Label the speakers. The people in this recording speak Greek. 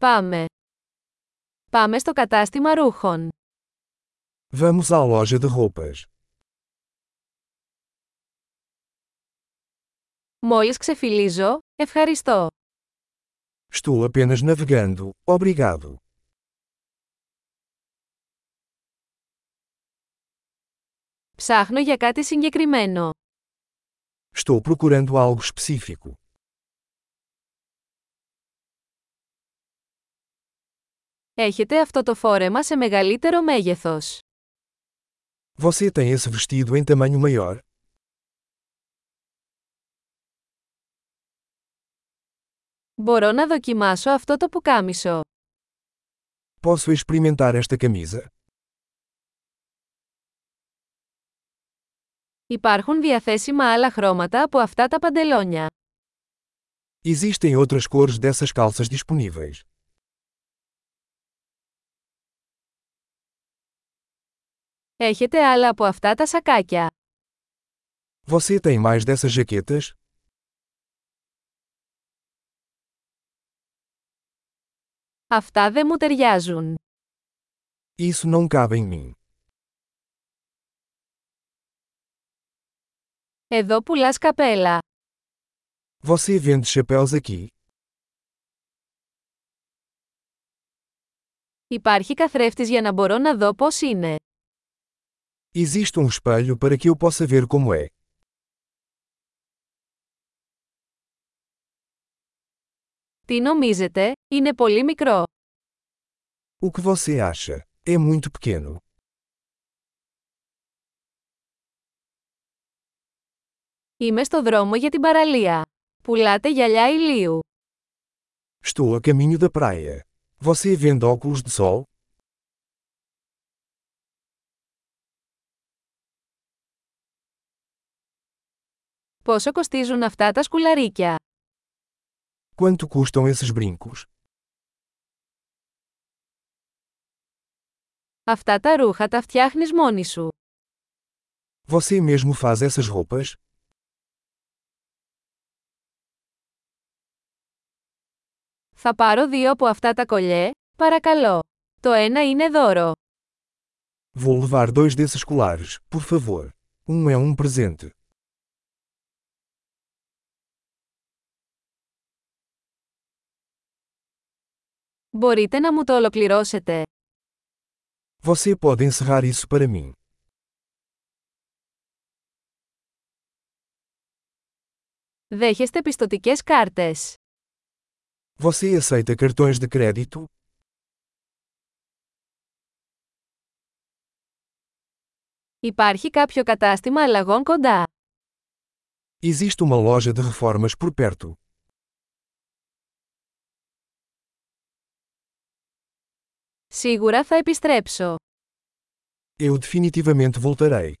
Speaker 1: Πάμε. Πάμε στο κατάστημα ρούχων.
Speaker 2: Vamos à loja de roupas.
Speaker 1: Μόλις ξεφυλίζω, ευχαριστώ.
Speaker 2: Estou apenas navegando, obrigado.
Speaker 1: Ψάχνω για κάτι συγκεκριμένο.
Speaker 2: Estou procurando algo específico.
Speaker 1: Έχετε αυτό το φόρεμα σε μεγαλύτερο μέγεθος.
Speaker 2: Você tem esse vestido em tamanho maior?
Speaker 1: Μπορώ να δοκιμάσω αυτό το πουκάμισο.
Speaker 2: Posso experimentar esta camisa?
Speaker 1: Υπάρχουν διαθέσιμα άλλα χρώματα από αυτά τα παντελόνια.
Speaker 2: Existem outras cores dessas calças disponíveis.
Speaker 1: Έχετε άλλα από αυτά τα σακάκια.
Speaker 2: Você tem mais dessas jaquetas?
Speaker 1: Αυτά δεν μου ταιριάζουν.
Speaker 2: Isso não cabe em mim.
Speaker 1: Εδώ πουλάς καπέλα.
Speaker 2: Você vende chapéus aqui?
Speaker 1: Υπάρχει καθρέφτης για να μπορώ να δω πώς είναι.
Speaker 2: Existe um espelho para que eu possa ver como é.
Speaker 1: Τι νομίζετε, είναι πολύ μικρό.
Speaker 2: O que você acha? É muito pequeno.
Speaker 1: Είμαι στο δρόμο για την παραλία. Πουλάτε γυαλιά ηλίου.
Speaker 2: Estou a caminho da praia. Você vende óculos de sol?
Speaker 1: Πόσο κοστίζουν αυτά τα σκουλαρίκια.
Speaker 2: Quanto custam esses brincos?
Speaker 1: Αυτά τα ρούχα τα φτιάχνεις μόνη σου.
Speaker 2: Você mesmo faz essas roupas?
Speaker 1: Θα πάρω δύο από αυτά τα κολλιέ, παρακαλώ. Το ένα είναι δώρο.
Speaker 2: Vou levar dois desses colares, por favor. Um é um presente.
Speaker 1: Μπορείτε να μου το ολοκληρώσετε.
Speaker 2: Você pode encerrar isso para mim.
Speaker 1: Δέχεστε πιστοτικές κάρτες.
Speaker 2: Você aceita cartões de crédito?
Speaker 1: Υπάρχει κάποιο κατάστημα αλλαγών κοντά.
Speaker 2: Existe uma loja de reformas por perto.
Speaker 1: Σίγουρα θα επιστρέψω.
Speaker 2: Eu definitivamente voltarei.